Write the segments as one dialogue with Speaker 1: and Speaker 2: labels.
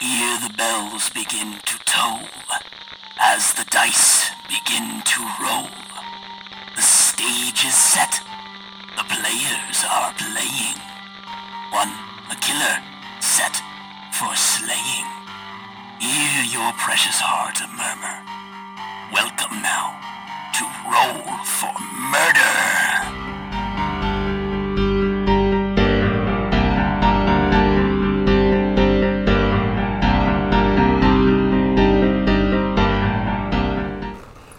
Speaker 1: the bells begin to toll, as the dice begin to roll. The stage is set, the players are playing. One a killer, set for slaying. Hear your precious heart a murmur. Welcome now to Roll for Murder.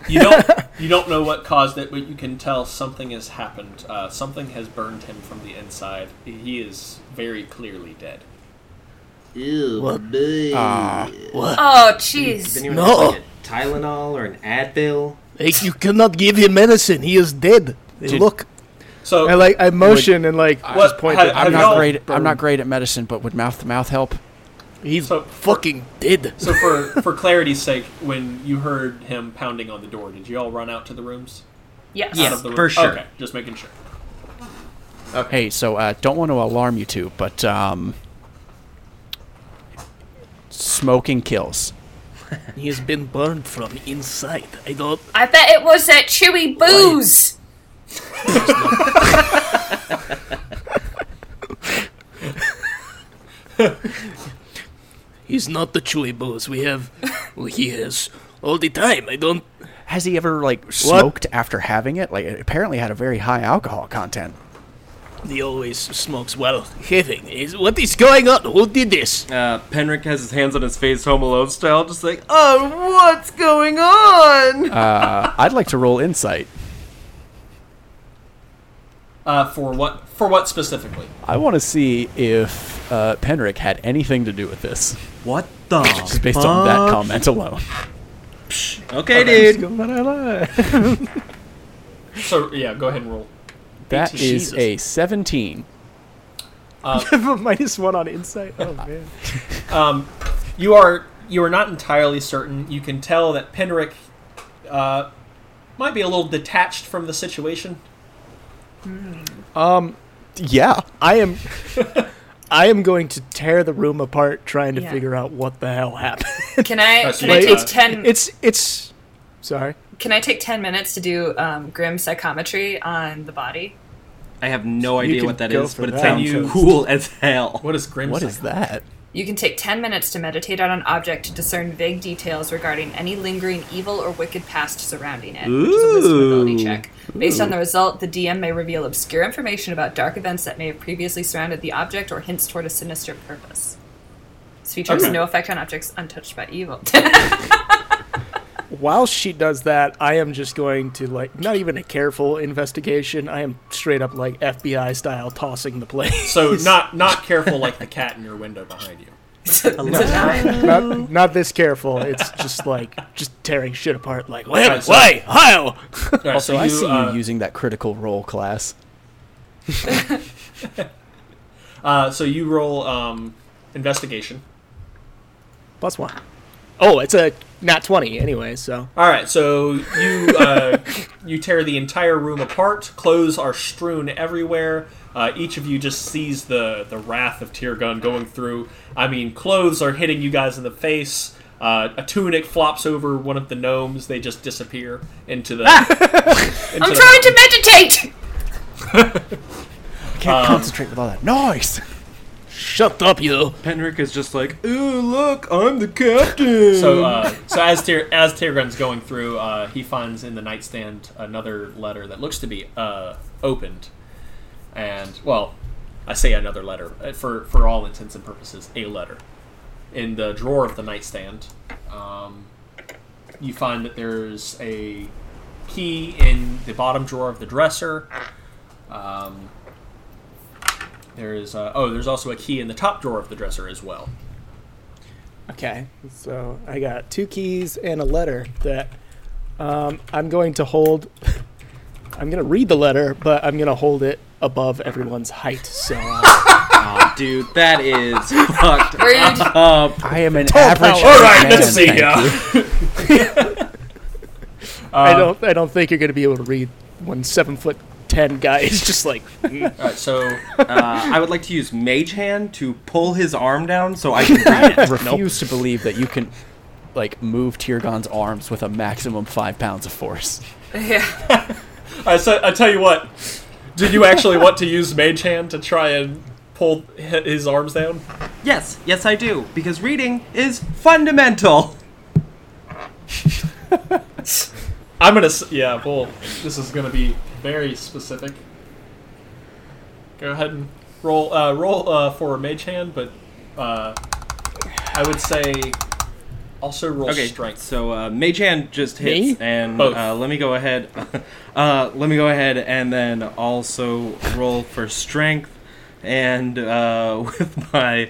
Speaker 2: You don't you don't know what caused it, but you can tell something has happened. Uh, something has burned him from the inside. He is very clearly dead.
Speaker 3: Ew, boy.
Speaker 4: Oh, jeez.
Speaker 5: anyone
Speaker 6: No.
Speaker 5: take a Tylenol or an Advil?
Speaker 6: Like you cannot give him medicine. He is dead. They
Speaker 7: Did-
Speaker 6: look.
Speaker 2: So
Speaker 7: I like I motion and like
Speaker 2: What-
Speaker 7: just point.
Speaker 2: have-
Speaker 7: at-
Speaker 2: have
Speaker 7: I'm
Speaker 2: y'all-
Speaker 7: not
Speaker 2: great-
Speaker 7: great.
Speaker 2: I'm
Speaker 7: I'm
Speaker 2: not
Speaker 7: not great at medicine, but would mouth to mouth help?
Speaker 6: He's
Speaker 2: So-
Speaker 6: fucking dead.
Speaker 2: so for for clarity's sake, when you heard him pounding on the door, did you all run out to the rooms?
Speaker 4: Yes.
Speaker 2: Out of the
Speaker 5: for
Speaker 2: room?
Speaker 5: sure.
Speaker 2: Okay, just making sure.
Speaker 7: Hey, so uh, don't want to alarm you two, but um, smoking kills.
Speaker 6: He has been burned from inside. I don't.
Speaker 4: I bet it was that chewy booze.
Speaker 6: He's not the chewy booze we have. well, he has all the time. I don't.
Speaker 7: Has he ever like smoked after having it? Like, it apparently had a very high alcohol content.
Speaker 6: He always smokes while having. Is what is going on? Who did this?
Speaker 5: Uh, Penrick has his hands on his face, Home Alone style, just like, oh, what's going on?
Speaker 7: I'd like to roll insight.
Speaker 2: Uh, for what for what specifically?
Speaker 7: I want to see if uh, Penrick had anything to do with this,
Speaker 5: what the?
Speaker 7: just based on that comment alone.
Speaker 5: Okay, dude.
Speaker 7: that
Speaker 2: So yeah, go ahead and roll.
Speaker 7: is
Speaker 6: Jesus.
Speaker 7: a 17.
Speaker 8: Minus one on insight. Oh man.
Speaker 2: You are you are not entirely certain. You can tell that Penric uh, might be a little detached from the situation.
Speaker 7: Yeah.
Speaker 8: I am. I am going to tear the room apart trying to
Speaker 4: Yeah.
Speaker 8: figure out what the hell happened.
Speaker 4: Can I?
Speaker 2: That's
Speaker 4: Can I
Speaker 2: right.
Speaker 4: take
Speaker 2: It's-
Speaker 4: ten?
Speaker 8: It's it's. Sorry.
Speaker 4: Can I take ten minutes to do um, grim psychometry on the body?
Speaker 5: I have no idea
Speaker 8: can
Speaker 5: what that
Speaker 8: go
Speaker 5: is,
Speaker 8: for
Speaker 5: but it
Speaker 8: that.
Speaker 5: sounds
Speaker 2: Can you-
Speaker 5: cool as hell.
Speaker 2: What is grim?
Speaker 7: What is
Speaker 2: psycho-
Speaker 7: that?
Speaker 4: You can take 10 minutes to meditate on an object to discern vague details regarding any lingering evil or wicked past surrounding it, which is a wisdom ability check. Based on the result, the DM may reveal obscure information about dark events that may have previously surrounded the object or hints toward a sinister purpose. This feature has
Speaker 2: Okay.
Speaker 4: no effect on objects untouched by evil.
Speaker 8: While she does that, I am just going to like not even a careful investigation. I am straight up like FBI style tossing the place.
Speaker 2: So not not careful like the cat in your window behind you.
Speaker 8: not, not this careful. It's just like just tearing shit apart. Like where,
Speaker 2: Right, so-
Speaker 8: why, how?
Speaker 2: All right,
Speaker 7: Also,
Speaker 2: so
Speaker 7: I see
Speaker 2: uh,
Speaker 7: you using that critical roll class.
Speaker 2: uh, so you roll um, investigation.
Speaker 8: Plus one. Oh, it's a not twenty anyway. So
Speaker 2: All right, so you uh, you tear the entire room apart. Clothes are strewn everywhere. Uh, each of you just sees the the wrath of Tear Gun going through. I mean, clothes are hitting you guys in the face. Uh, a tunic flops over one of the gnomes. They just disappear into the. into
Speaker 4: Ah! I'm
Speaker 2: the-
Speaker 4: trying to meditate!
Speaker 7: I can't concentrate with all that noise.
Speaker 6: Shut up, you.
Speaker 5: Penrick is just like, ooh, look, I'm the captain.
Speaker 2: So, uh, so as Tyr- as Tyrgun's going through, uh, he finds in the nightstand another letter that looks to be uh, opened, and well, I say another letter uh, for for all intents and purposes, a letter in the drawer of the nightstand. Um, you find that there's a key in the bottom drawer of the dresser. Um, there is uh, oh, there's also a key in the top drawer of the dresser as well.
Speaker 8: okay. So I got two keys and a letter that um, I'm going to hold. I'm gonna read the letter, but I'm gonna hold it above everyone's height. So uh,
Speaker 5: dude, that is fucked
Speaker 4: Where are you-
Speaker 5: up.
Speaker 7: I am an average.
Speaker 2: All right,
Speaker 7: man,
Speaker 2: let's see.
Speaker 7: thank
Speaker 2: ya.
Speaker 7: you.
Speaker 6: Uh,
Speaker 8: I don't. I don't think you're gonna be able to read when seven foot ten guy is just like
Speaker 2: All right, so
Speaker 5: Uh, I would like to use Mage Hand to pull his arm down so I can read
Speaker 7: I
Speaker 5: it.
Speaker 7: refuse to believe that you can, like, move Tyrgon's arms with a maximum five pounds of force.
Speaker 4: Yeah.
Speaker 2: I so, I tell you what. Did you actually want to use Mage Hand to try and pull hi- his arms down?
Speaker 5: Yes, yes, I do, because reading is fundamental.
Speaker 2: I'm gonna. s- Yeah, well, this is gonna be very specific. Go ahead and roll. Uh, roll uh, for a mage hand, but uh, I would say also roll
Speaker 5: Okay,
Speaker 2: strength.
Speaker 5: so uh, Mage Hand just hits,
Speaker 8: Me?
Speaker 5: and
Speaker 2: Both.
Speaker 5: uh, let me go ahead. uh, let me go ahead and then also roll for strength, and uh, with my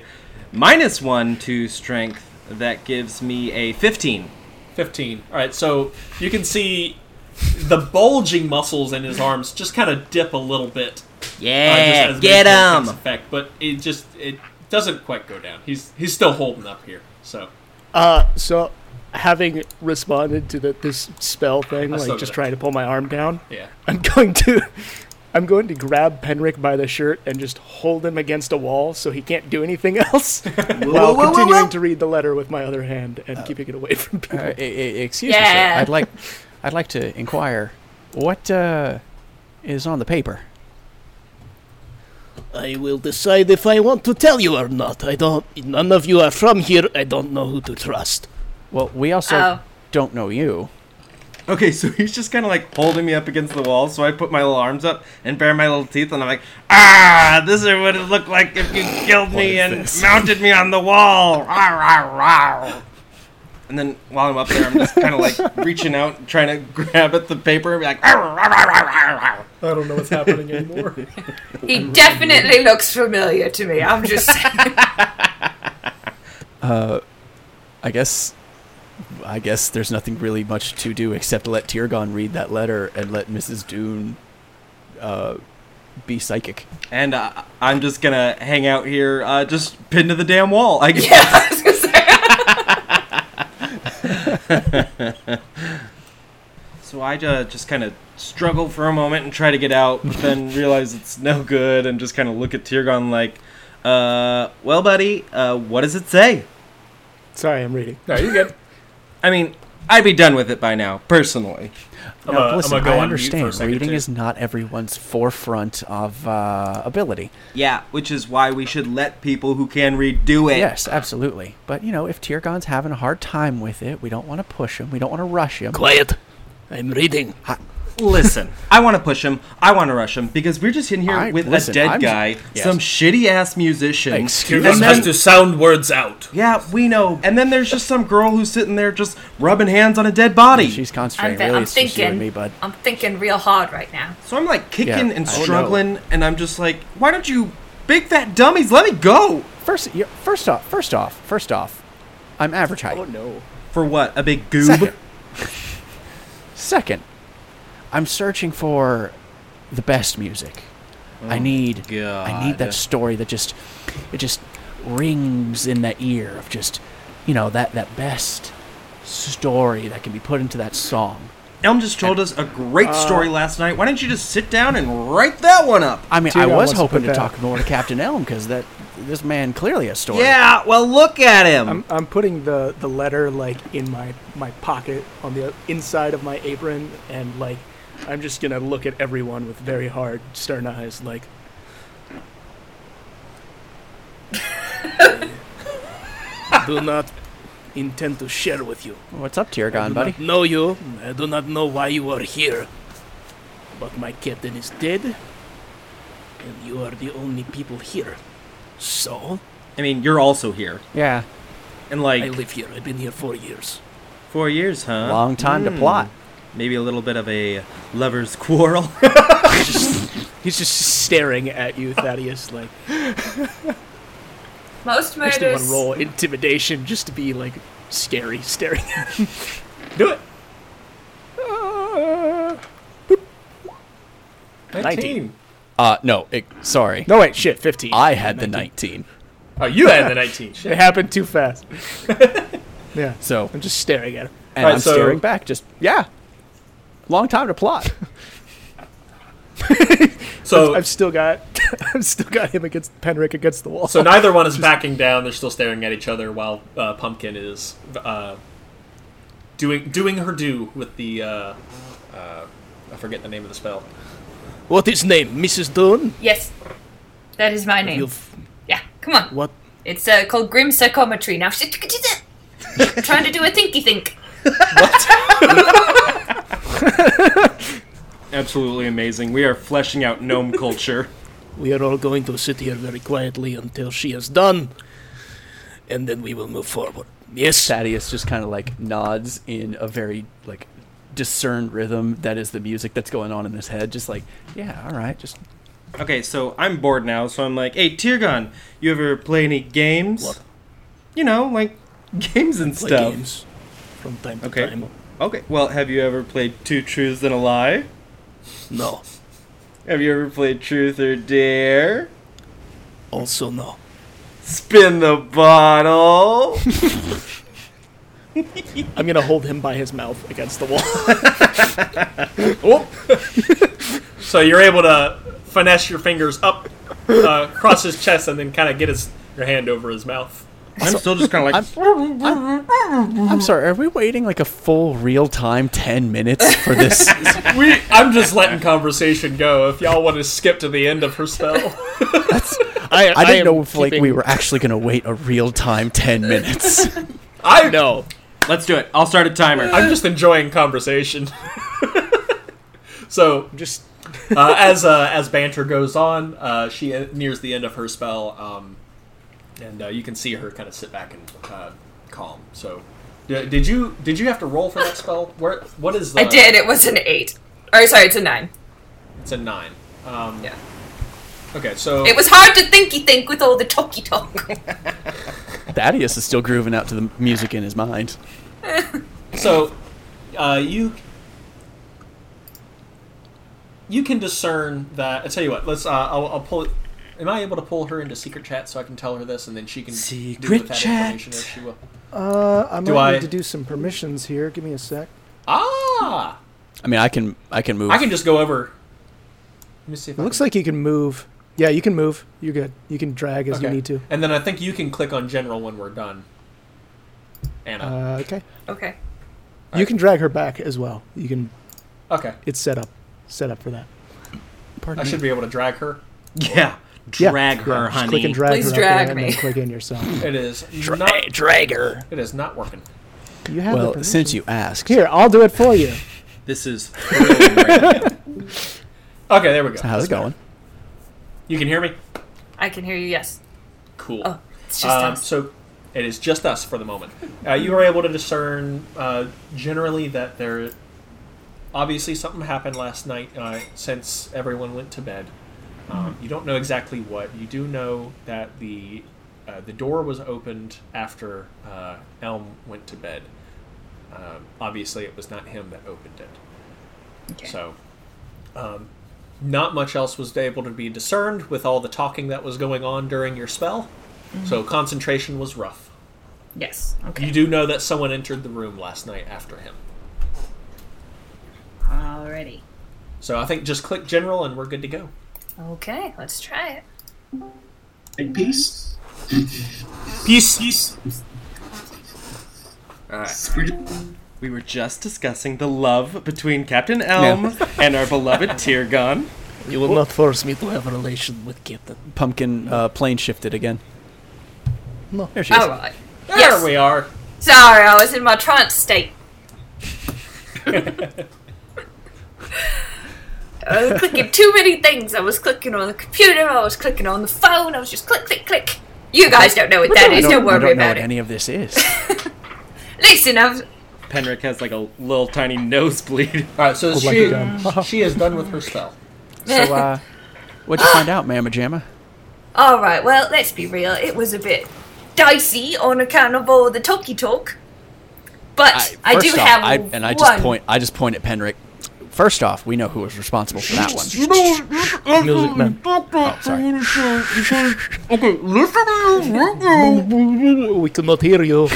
Speaker 5: minus one to strength, that gives me a fifteen.
Speaker 2: Fifteen. All right, so you can see the bulging muscles in his arms just kind of dip a little bit. uh, just as Mage Hand takes Effect, but it just it doesn't quite go down. He's he's still holding up here. So
Speaker 8: Uh, so having responded to the, this spell thing,
Speaker 2: I still
Speaker 8: like
Speaker 2: did
Speaker 8: just
Speaker 2: it.
Speaker 8: trying to pull my arm down,
Speaker 2: yeah.
Speaker 8: I'm going to, I'm going to grab Penric by the shirt and just hold him against a wall so he can't do anything else, while continuing to read the letter with my other hand
Speaker 6: Uh,
Speaker 8: and keeping it away from people.
Speaker 7: Uh, e- e- excuse me, sir.
Speaker 4: Yeah.
Speaker 7: I'd like, I'd like to inquire, what uh, is on the paper?
Speaker 6: I will decide if I want to tell you or not. I don't. None of you are from here. I don't know who to trust.
Speaker 7: Well, we also
Speaker 4: Oh.
Speaker 7: don't know you.
Speaker 5: Okay, so he's just kind of like holding me up against the wall. So I put my little arms up and bare my little teeth, and I'm like, ah, this is what it looked like if you killed me and mounted me on the wall. Rah, rah, rah. And then while I'm up there, I'm just kind of like reaching out, trying to grab at the paper and be like, "Rah, rah, rah, rah, rah, rah."
Speaker 8: I don't know what's happening anymore.
Speaker 4: He definitely looks familiar to me. I'm just saying.
Speaker 7: I guess I guess there's nothing really much to do except let Tyrgon read that letter and let Mrs. Dune uh, be psychic.
Speaker 5: and uh, I'm just gonna hang out here, uh, just pinned to the damn wall. I guess.
Speaker 4: Yeah, I was gonna say.
Speaker 5: So I uh, just kind of struggle for a moment and try to get out, but then realize it's no good and just kind of look at Tyrgon like, uh, well, buddy, uh, what does it say?
Speaker 8: Sorry, I'm reading.
Speaker 2: No, you good.
Speaker 5: I mean, I'd be done with it by now, personally.
Speaker 2: I'm
Speaker 7: Now,
Speaker 2: gonna- I'm
Speaker 7: listen,
Speaker 2: gonna go on mute for
Speaker 7: I
Speaker 2: a
Speaker 7: understand
Speaker 2: second,
Speaker 7: reading
Speaker 2: too.
Speaker 7: is not everyone's forefront of uh, ability.
Speaker 5: Yeah, which is why we should let people who can read do it.
Speaker 7: Yes, absolutely. But you know, if Tyrgon's having a hard time with it, we don't want to push him. We don't want to rush him.
Speaker 6: Quiet. I'm reading.
Speaker 5: Listen, I want to push him. I want to rush him because we're just in here
Speaker 7: I-
Speaker 5: with
Speaker 7: listen,
Speaker 5: a dead
Speaker 7: I'm-
Speaker 5: guy,
Speaker 7: yes.
Speaker 5: some shitty ass musician.
Speaker 7: Excuse
Speaker 2: Tyrgon
Speaker 5: and
Speaker 2: has
Speaker 5: then-
Speaker 2: to sound words out.
Speaker 5: Yeah, we know. And then there's just some girl who's sitting there just rubbing hands on a dead body.
Speaker 7: She's
Speaker 4: I'm,
Speaker 7: concentrating.
Speaker 4: thi-
Speaker 7: really,
Speaker 4: I'm
Speaker 7: it's just you and
Speaker 4: thinking.
Speaker 7: me, bud.
Speaker 4: I'm thinking real hard right now.
Speaker 5: So I'm like kicking
Speaker 7: Yeah.
Speaker 5: and
Speaker 7: Oh, no.
Speaker 5: struggling, and I'm just like, why don't you, big fat dummies, let me go?
Speaker 7: First, you first off, first off, first off, I'm average height.
Speaker 8: no.
Speaker 5: For what? A big goob?
Speaker 7: Second. Second, I'm searching for the best music. I need I need
Speaker 5: God.
Speaker 7: that story that just it just rings in the ear of just you know that that best story that can be put into that song.
Speaker 5: Elm just told us a great
Speaker 7: Uh,
Speaker 5: story last night. Why don't you just sit down and write that one up?
Speaker 7: I mean, I
Speaker 8: Tyrone
Speaker 7: was
Speaker 8: wants to
Speaker 7: hoping
Speaker 8: put
Speaker 7: to,
Speaker 8: that-
Speaker 7: talk more to Captain Elm because that this man clearly has story.
Speaker 5: Yeah, well, look at him.
Speaker 8: I'm, I'm putting the, the letter like in my, my pocket on the inside of my apron and like I'm just gonna look at everyone with very hard stern eyes like
Speaker 6: I do not intend to share with you.
Speaker 7: What's up,
Speaker 6: I
Speaker 7: Tyrgon,
Speaker 6: do
Speaker 7: buddy?
Speaker 6: not know you. I do not know why you are here. But my captain is dead, and you are the only people here. So
Speaker 5: I mean, you're also here.
Speaker 7: Yeah,
Speaker 5: And
Speaker 6: I
Speaker 5: like,
Speaker 6: live here. I've been here four years.
Speaker 5: four years, huh?
Speaker 7: long time to plot.
Speaker 5: Maybe a little bit of a lover's quarrel.
Speaker 8: he's just staring at you, Thaddeus, like
Speaker 4: Most
Speaker 8: I just want
Speaker 4: murders.
Speaker 8: to roll intimidation just to be like scary staring at him.
Speaker 2: Do it.
Speaker 8: Nineteen.
Speaker 7: Uh, no, it, sorry,
Speaker 8: No wait, shit, fifteen.
Speaker 7: I had the nineteen.
Speaker 2: Oh, you had the 19. Shit.
Speaker 8: it happened too fast. yeah.
Speaker 7: So
Speaker 8: I'm just staring at him.
Speaker 7: And
Speaker 2: Alright,
Speaker 7: I'm
Speaker 2: so-
Speaker 7: staring back, just yeah. Long time to plot.
Speaker 2: So-
Speaker 8: I've, I've still got I've still got him against Penrick against the wall.
Speaker 2: So neither one is backing down. They're still staring at each other while uh, Pumpkin is uh, doing doing her do with the. Uh, uh, I forget the name of the spell.
Speaker 6: What is name? Mrs. Dunn?
Speaker 4: Yes, that is my name.
Speaker 6: You've-
Speaker 4: Yeah, come on.
Speaker 6: What?
Speaker 4: It's uh, called Grim Psychometry. Now, trying to do a thinky think.
Speaker 5: Absolutely amazing. We are fleshing out gnome culture.
Speaker 6: We are all going to sit here very quietly until she is done, and then we will move forward. Yes.
Speaker 7: Thaddeus just kind of like nods in a very like discerned rhythm that is the music that's going on in his head. Just like, yeah, all right, just
Speaker 5: Okay, so I'm bored now, so I'm like, hey, Tyrgon, you ever play any games?
Speaker 6: What?
Speaker 5: You know, like games and
Speaker 6: Play
Speaker 5: stuff.
Speaker 6: games from time to
Speaker 5: Okay.
Speaker 6: time.
Speaker 5: Okay. Well, have you ever played Two Truths and a Lie?
Speaker 6: No.
Speaker 5: Have you ever played Truth or Dare?
Speaker 6: Also no.
Speaker 5: Spin the bottle.
Speaker 8: I'm gonna hold him by his mouth against the wall.
Speaker 2: So you're able to finesse your fingers up, uh, cross his chest, and then kind of get his your hand over his mouth.
Speaker 5: I'm still just kind of like,
Speaker 7: I'm sorry, are we waiting like a full real time ten minutes for this?
Speaker 2: We, I'm just letting conversation go. If y'all want to skip to the end of her spell,
Speaker 8: I,
Speaker 7: I didn't
Speaker 8: am
Speaker 7: know if like
Speaker 8: keeping-
Speaker 7: we were actually gonna wait a real time ten minutes.
Speaker 2: I
Speaker 8: No,
Speaker 5: let's do it. I'll start a timer.
Speaker 2: I'm just enjoying conversation. so
Speaker 8: just
Speaker 2: uh, as uh, as banter goes on, uh, she en- nears the end of her spell, um, and uh, you can see her kind of sit back and uh, calm. So, d- did you did you have to roll for that spell? Where what is? The,
Speaker 4: I did. It was an eight. Or sorry, it's a nine.
Speaker 2: It's a nine. Um,
Speaker 4: Yeah.
Speaker 2: Okay, so
Speaker 4: It was hard to thinky think with all the talky talk.
Speaker 7: Thaddeus is still grooving out to the music in his mind.
Speaker 2: so uh, you you can discern that. I tell you what. Let's. Uh, I'll, I'll pull. it. Am I able to pull her into secret chat so I can tell her this, and then she can do
Speaker 5: Secret
Speaker 2: with that
Speaker 5: chat.
Speaker 2: information if she will?
Speaker 8: uh, I might
Speaker 2: Do I-
Speaker 8: need to do some permissions here. Give me a sec.
Speaker 2: Ah,
Speaker 7: I mean I can I can move
Speaker 2: I can just go over. Let me see if
Speaker 8: It
Speaker 2: I
Speaker 8: looks
Speaker 2: can-
Speaker 8: like you can move. Yeah, you can move. You're good. You can drag as
Speaker 2: Okay.
Speaker 8: you need to.
Speaker 2: And then I think you can click on general when we're done. Anna.
Speaker 8: Uh, okay.
Speaker 4: okay.
Speaker 8: You can drag her back as well. You can.
Speaker 2: okay.
Speaker 8: It's set up. Set up for that.
Speaker 2: I
Speaker 8: Pardon
Speaker 2: should be able to drag her.
Speaker 5: Yeah.
Speaker 8: Yeah,
Speaker 5: Drag
Speaker 8: yeah,
Speaker 5: her,
Speaker 8: just
Speaker 5: honey.
Speaker 8: Click and drag
Speaker 4: Please
Speaker 8: her up
Speaker 4: drag
Speaker 8: there
Speaker 4: me.
Speaker 8: and then click in yourself.
Speaker 2: It is not.
Speaker 6: Dra- Dragger.
Speaker 2: It is not working.
Speaker 8: You have the
Speaker 7: Well,
Speaker 8: permission.
Speaker 7: since you asked
Speaker 8: here, I'll do it for you.
Speaker 5: This is. thrilling right now.
Speaker 2: Okay, there we go.
Speaker 7: how's it going?
Speaker 2: You can hear me.
Speaker 4: I can hear you. Yes.
Speaker 2: Cool.
Speaker 5: Uh.
Speaker 4: Oh, it's just
Speaker 7: Uh,
Speaker 2: Um,
Speaker 4: us.
Speaker 2: so it is just us for the moment. Uh, you are able to discern uh, generally that there obviously something happened last night uh, since everyone went to bed. Um,
Speaker 4: Mm-hmm.
Speaker 2: you don't know exactly what. You do know that the uh, the door was opened after uh, Elm went to bed. Um, obviously, it was not him that opened it.
Speaker 4: Okay.
Speaker 2: So, um, not much else was able to be discerned with all the talking that was going on during your spell. So concentration was rough.
Speaker 4: Yes. Okay.
Speaker 2: You do know that someone entered the room last night after him.
Speaker 4: Alrighty.
Speaker 2: So I think just click general and we're good to go.
Speaker 4: Okay, let's try it.
Speaker 9: Big piece.
Speaker 2: Peace.
Speaker 9: We're just-
Speaker 5: We were just discussing the love between Captain Elm and our beloved Tyrgon.
Speaker 6: You will not force me to have a relation with Captain.
Speaker 7: Pumpkin uh, plane shifted again. No. There she is.
Speaker 4: All right.
Speaker 2: There
Speaker 4: Yes.
Speaker 2: we are.
Speaker 4: Sorry, I was in my trance state. I was Oh, clicking too many things. I was clicking on the computer. I was clicking on the phone. I was just click, click, click. You guys don't know what that
Speaker 7: I
Speaker 4: is.
Speaker 7: don't,
Speaker 4: Don't,
Speaker 7: I
Speaker 4: worry
Speaker 7: don't know
Speaker 4: about
Speaker 7: what
Speaker 4: it.
Speaker 7: any of this is.
Speaker 4: Listen, I've
Speaker 5: Penric has like a little tiny nosebleed.
Speaker 2: All right. So
Speaker 8: lucky
Speaker 2: she
Speaker 8: them.
Speaker 2: she is done with her spell.
Speaker 7: so, uh, what'd you find out, Mamma Jamma?
Speaker 4: All right, well, let's be real. It was a bit dicey on account of all the talky talk. But I, do
Speaker 7: first off,
Speaker 4: have
Speaker 7: I,
Speaker 4: one.
Speaker 7: and I just point. I just point at Penrick. First off, we know who was responsible for that one.
Speaker 8: Music man.
Speaker 7: Oh, sorry.
Speaker 8: We could not hear you.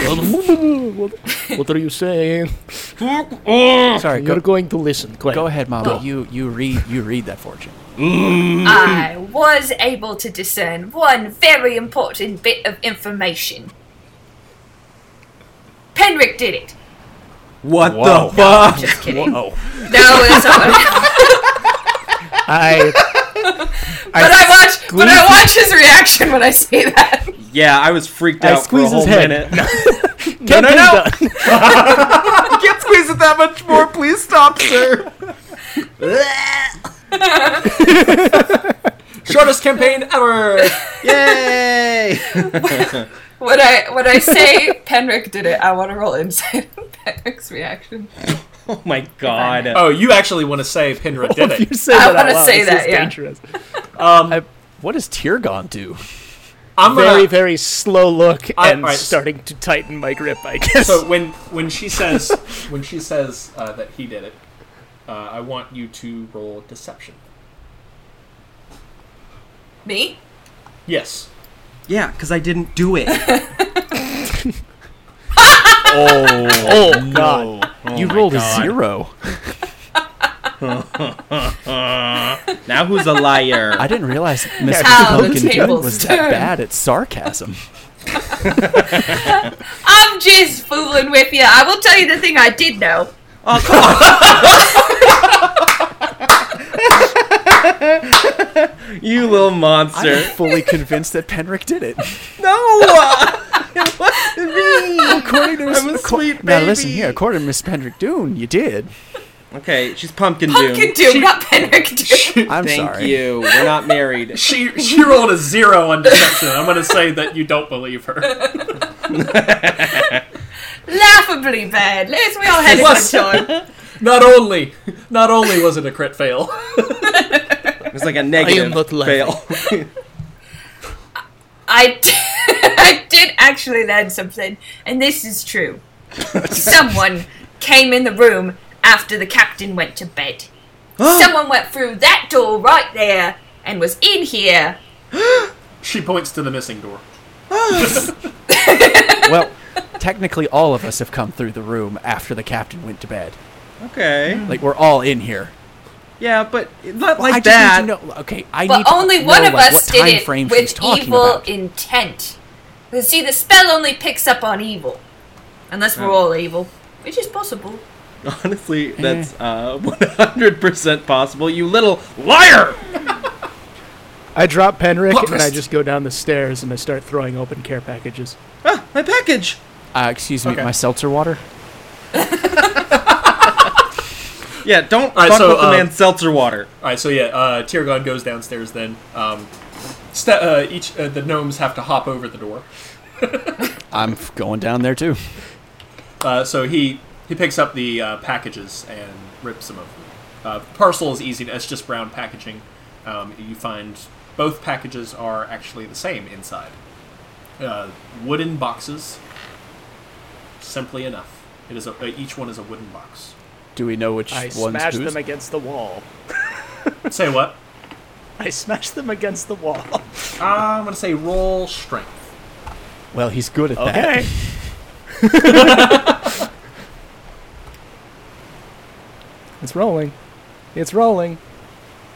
Speaker 8: what are you saying?
Speaker 7: Sorry,
Speaker 8: You're
Speaker 7: go,
Speaker 8: going to listen. Clay.
Speaker 7: go ahead, Mama.
Speaker 4: Go.
Speaker 7: You you read you read that fortune.
Speaker 4: I was able to discern one very important bit of information. Penrick did it.
Speaker 5: What
Speaker 2: Whoa.
Speaker 5: the fuck?
Speaker 4: Just kidding.
Speaker 7: Oh,
Speaker 4: No, it's not.
Speaker 8: I
Speaker 4: but I watch. But I watch his reaction when I say that.
Speaker 5: Yeah, I was freaked
Speaker 8: I
Speaker 5: out for a
Speaker 8: squeeze his
Speaker 5: whole
Speaker 8: head.
Speaker 5: minute.
Speaker 8: no no no.
Speaker 5: I can't squeeze it that much more. Please stop, sir.
Speaker 2: Shortest campaign ever.
Speaker 5: Yay!
Speaker 4: When I when I say Penrick did it, I want to roll inside of Penrick's reaction.
Speaker 5: Oh my god.
Speaker 2: Oh, you actually want to say Penra did
Speaker 8: If
Speaker 2: it?
Speaker 8: you say that
Speaker 4: wanna
Speaker 8: out loud,
Speaker 4: say
Speaker 8: this
Speaker 4: that,
Speaker 8: is
Speaker 4: yeah.
Speaker 8: dangerous.
Speaker 7: I, what does Tyrgon do?
Speaker 2: I'm
Speaker 8: Very
Speaker 2: gonna,
Speaker 8: very slow look
Speaker 2: I-
Speaker 8: and
Speaker 2: all right.
Speaker 8: starting to tighten my grip. I guess.
Speaker 2: so when when she says when she says uh, that he did it, uh, I want you to roll deception.
Speaker 4: Me?
Speaker 2: Yes.
Speaker 5: Yeah, because I didn't do it.
Speaker 7: Oh, god! you rolled
Speaker 5: God.
Speaker 7: a zero.
Speaker 5: Now who's a liar?
Speaker 7: I didn't realize Mr.
Speaker 4: How the
Speaker 7: Pumpkin Dude
Speaker 4: tables
Speaker 7: was
Speaker 4: turn.
Speaker 7: that bad at sarcasm.
Speaker 4: I'm just fooling with you. I will tell you the thing I did know.
Speaker 5: oh, come on. you little
Speaker 7: I'm
Speaker 5: monster.
Speaker 7: fully convinced that Penrick did it.
Speaker 5: No! it wasn't me!
Speaker 7: According to Miss
Speaker 5: I'm a
Speaker 7: acco-
Speaker 5: sweet
Speaker 7: Now listen
Speaker 5: baby.
Speaker 7: here, according to Miss Penrick Dune, you did.
Speaker 5: Okay, she's Pumpkin,
Speaker 4: Pumpkin
Speaker 5: Doom.
Speaker 4: Doom, not Penrick Doom.
Speaker 7: I'm
Speaker 5: Thank
Speaker 7: sorry.
Speaker 5: you. We're not married.
Speaker 2: She she rolled a zero on deception. I'm gonna say that you don't believe her.
Speaker 4: Laughably bad. Let's we all had a
Speaker 2: What's-
Speaker 4: good time.
Speaker 2: Not only not only was it a crit fail.
Speaker 5: It's like a negative
Speaker 8: not
Speaker 5: fail.
Speaker 4: I did, I did actually learn something, and this is true. Someone came in the room after the captain went to bed.
Speaker 7: Oh.
Speaker 4: Someone went through that door right there and was in here.
Speaker 2: She points to the missing door.
Speaker 7: Well, technically, all of us have come through the room after the captain went to bed.
Speaker 5: okay.
Speaker 7: Like we're all in here.
Speaker 5: Yeah, but not like
Speaker 7: I
Speaker 5: that.
Speaker 7: Just need to know, okay, I
Speaker 4: But
Speaker 7: need to
Speaker 4: only
Speaker 7: know,
Speaker 4: one of
Speaker 7: like,
Speaker 4: us
Speaker 7: what
Speaker 4: did
Speaker 7: time
Speaker 4: it
Speaker 7: frame she's
Speaker 4: with
Speaker 7: talking
Speaker 4: evil
Speaker 7: about.
Speaker 4: intent. You see, the spell only picks up on evil. Unless
Speaker 7: Oh.
Speaker 4: we're all evil, which is possible.
Speaker 5: Honestly,
Speaker 7: Eh.
Speaker 5: that's uh, 100% possible. You little liar!
Speaker 8: I drop Penrick and I
Speaker 2: Blooperist.
Speaker 8: just go down the stairs and I start throwing open care packages.
Speaker 5: Ah, my package!
Speaker 7: Uh, excuse me,
Speaker 2: Okay.
Speaker 7: my seltzer water.
Speaker 5: Yeah, don't
Speaker 2: right,
Speaker 5: fuck
Speaker 2: so,
Speaker 5: with the
Speaker 2: uh,
Speaker 5: man's seltzer water.
Speaker 2: All right, so yeah, uh, Tyrgon goes downstairs. Then um, ste- uh, each uh, the gnomes have to hop over the door.
Speaker 7: I'm f- going down there too.
Speaker 2: Uh, so he he picks up the uh, packages and rips them open. Uh, parcel is easy. to- It's just brown packaging. Um, you find both packages are actually the same inside. Uh, wooden boxes. Simply enough, it is a, uh, each one is a wooden box.
Speaker 7: Do we know which
Speaker 8: I
Speaker 7: ones?
Speaker 8: smash
Speaker 7: whose?
Speaker 8: them against the wall.
Speaker 2: Say what?
Speaker 8: I smash them against the wall.
Speaker 2: I'm gonna say roll strength.
Speaker 7: well, he's good at that.
Speaker 8: Okay. it's rolling. It's rolling.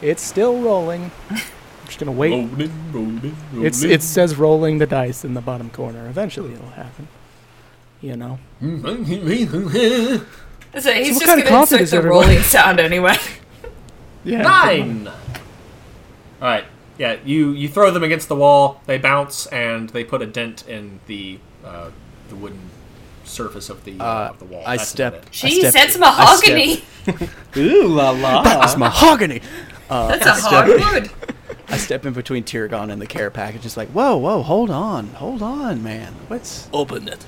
Speaker 8: It's still rolling. I'm just gonna wait.
Speaker 2: Rolling, rolling, rolling.
Speaker 8: It's it says rolling the dice in the bottom corner. Eventually it'll happen. You know.
Speaker 2: nine.
Speaker 4: So he's
Speaker 8: what
Speaker 4: just
Speaker 8: kind of
Speaker 4: going to
Speaker 8: coffee
Speaker 4: insert
Speaker 8: does
Speaker 4: the
Speaker 8: everyone-
Speaker 4: rolling sound anyway.
Speaker 8: Yeah.
Speaker 2: All right. Yeah, you you throw them against the wall. They bounce and they put a dent in the uh, the wooden surface of the uh, of the wall.
Speaker 7: I
Speaker 2: That's
Speaker 7: step.
Speaker 2: about it.
Speaker 7: I
Speaker 4: Jeez,
Speaker 7: step-
Speaker 4: that's
Speaker 7: I step-
Speaker 4: mahogany.
Speaker 5: Ooh la la.
Speaker 7: That's mahogany.
Speaker 4: That's a hard wood.
Speaker 7: I step in between Tyrgon and the care package. It's like, whoa, whoa, hold on, hold on, man. What's
Speaker 6: Open it.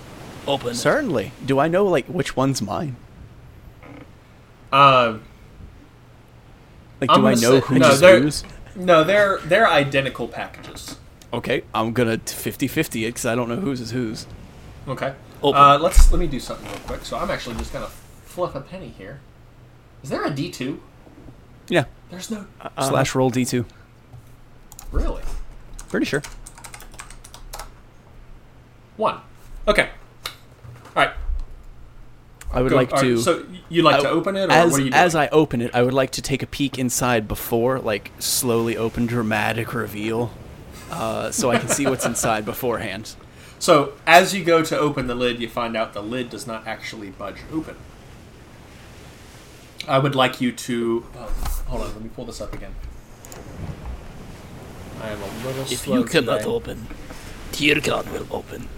Speaker 6: Open it.
Speaker 7: certainly? Do I know like which one's mine?
Speaker 2: Uh,
Speaker 7: Like,
Speaker 2: I'm
Speaker 7: do I
Speaker 2: gonna say-
Speaker 7: know who's
Speaker 2: no,
Speaker 7: who's?
Speaker 2: they're- no, they're they're identical packages.
Speaker 7: Okay, I'm gonna 50-50 it because I don't know whose is whose.
Speaker 2: Okay.
Speaker 6: Open.
Speaker 2: Uh, let's let me do something real quick. So I'm actually just gonna fluff a penny here. Is there a D two?
Speaker 7: Yeah,
Speaker 2: There's no
Speaker 7: slash roll d two.
Speaker 2: really
Speaker 7: Pretty sure.
Speaker 2: one. Okay. All right.
Speaker 7: I would
Speaker 2: Go-
Speaker 7: like
Speaker 2: or-
Speaker 7: to.
Speaker 2: so you'd like
Speaker 7: I-
Speaker 2: to open it, or
Speaker 7: Uh, as
Speaker 2: what are you
Speaker 7: as
Speaker 2: doing?
Speaker 7: I open it, I would like to take a peek inside before, like slowly open, dramatic reveal, uh, so I can see what's inside beforehand.
Speaker 2: So as you go to open the lid, you find out the lid does not actually budge open. I would like you to oh, hold on. Let me pull this up again. I am a little
Speaker 6: If
Speaker 2: slow
Speaker 6: you cannot
Speaker 2: today.
Speaker 6: open, Tiergard will open.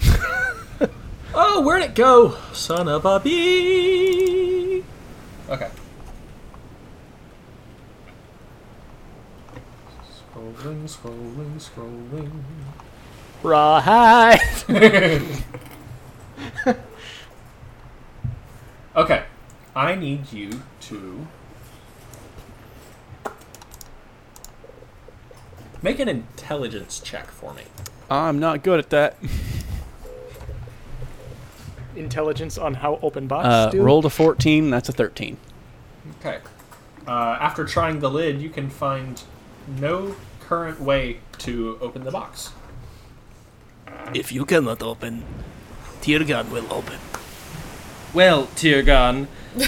Speaker 2: Oh, where'd it go? Son of a bee. Okay. Scrolling, scrolling, scrolling.
Speaker 8: Rawhide.
Speaker 2: Okay. I need you to make an intelligence check for me.
Speaker 7: I'm not good at that.
Speaker 8: Intelligence on how open box
Speaker 7: Uh,
Speaker 8: do.
Speaker 7: rolled a 14. That's a 13.
Speaker 2: Okay. Uh, after trying the lid, you can find no current way to open the box.
Speaker 6: If you cannot open, Tiergard will open.
Speaker 5: Well, Tyrgon,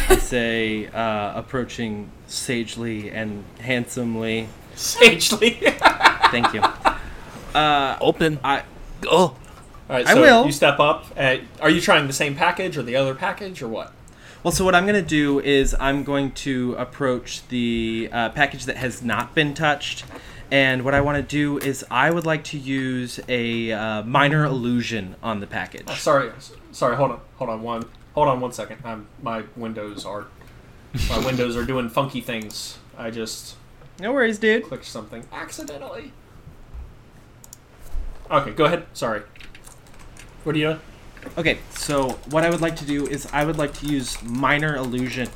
Speaker 5: I say, uh, approaching sagely and handsomely.
Speaker 2: Sagely.
Speaker 5: Thank you.
Speaker 6: Open.
Speaker 5: I
Speaker 6: Go.
Speaker 2: All right,
Speaker 5: I
Speaker 2: so
Speaker 5: will.
Speaker 2: you step up. Uh, are you trying the same package or the other package or what?
Speaker 5: well, so what I'm gonna do is I'm going to approach the uh, package that has not been touched, and what I want to do is I would like to use a uh, minor illusion on the package.
Speaker 2: Uh, Sorry, s- sorry. Hold on, hold on one, hold on one second. I'm, my windows are, my windows are doing funky things. I just
Speaker 5: No worries, dude.
Speaker 2: clicked something accidentally. Okay, go ahead. Sorry. What are you doing?
Speaker 5: Okay, so what I would like to do is I would like to use minor illusion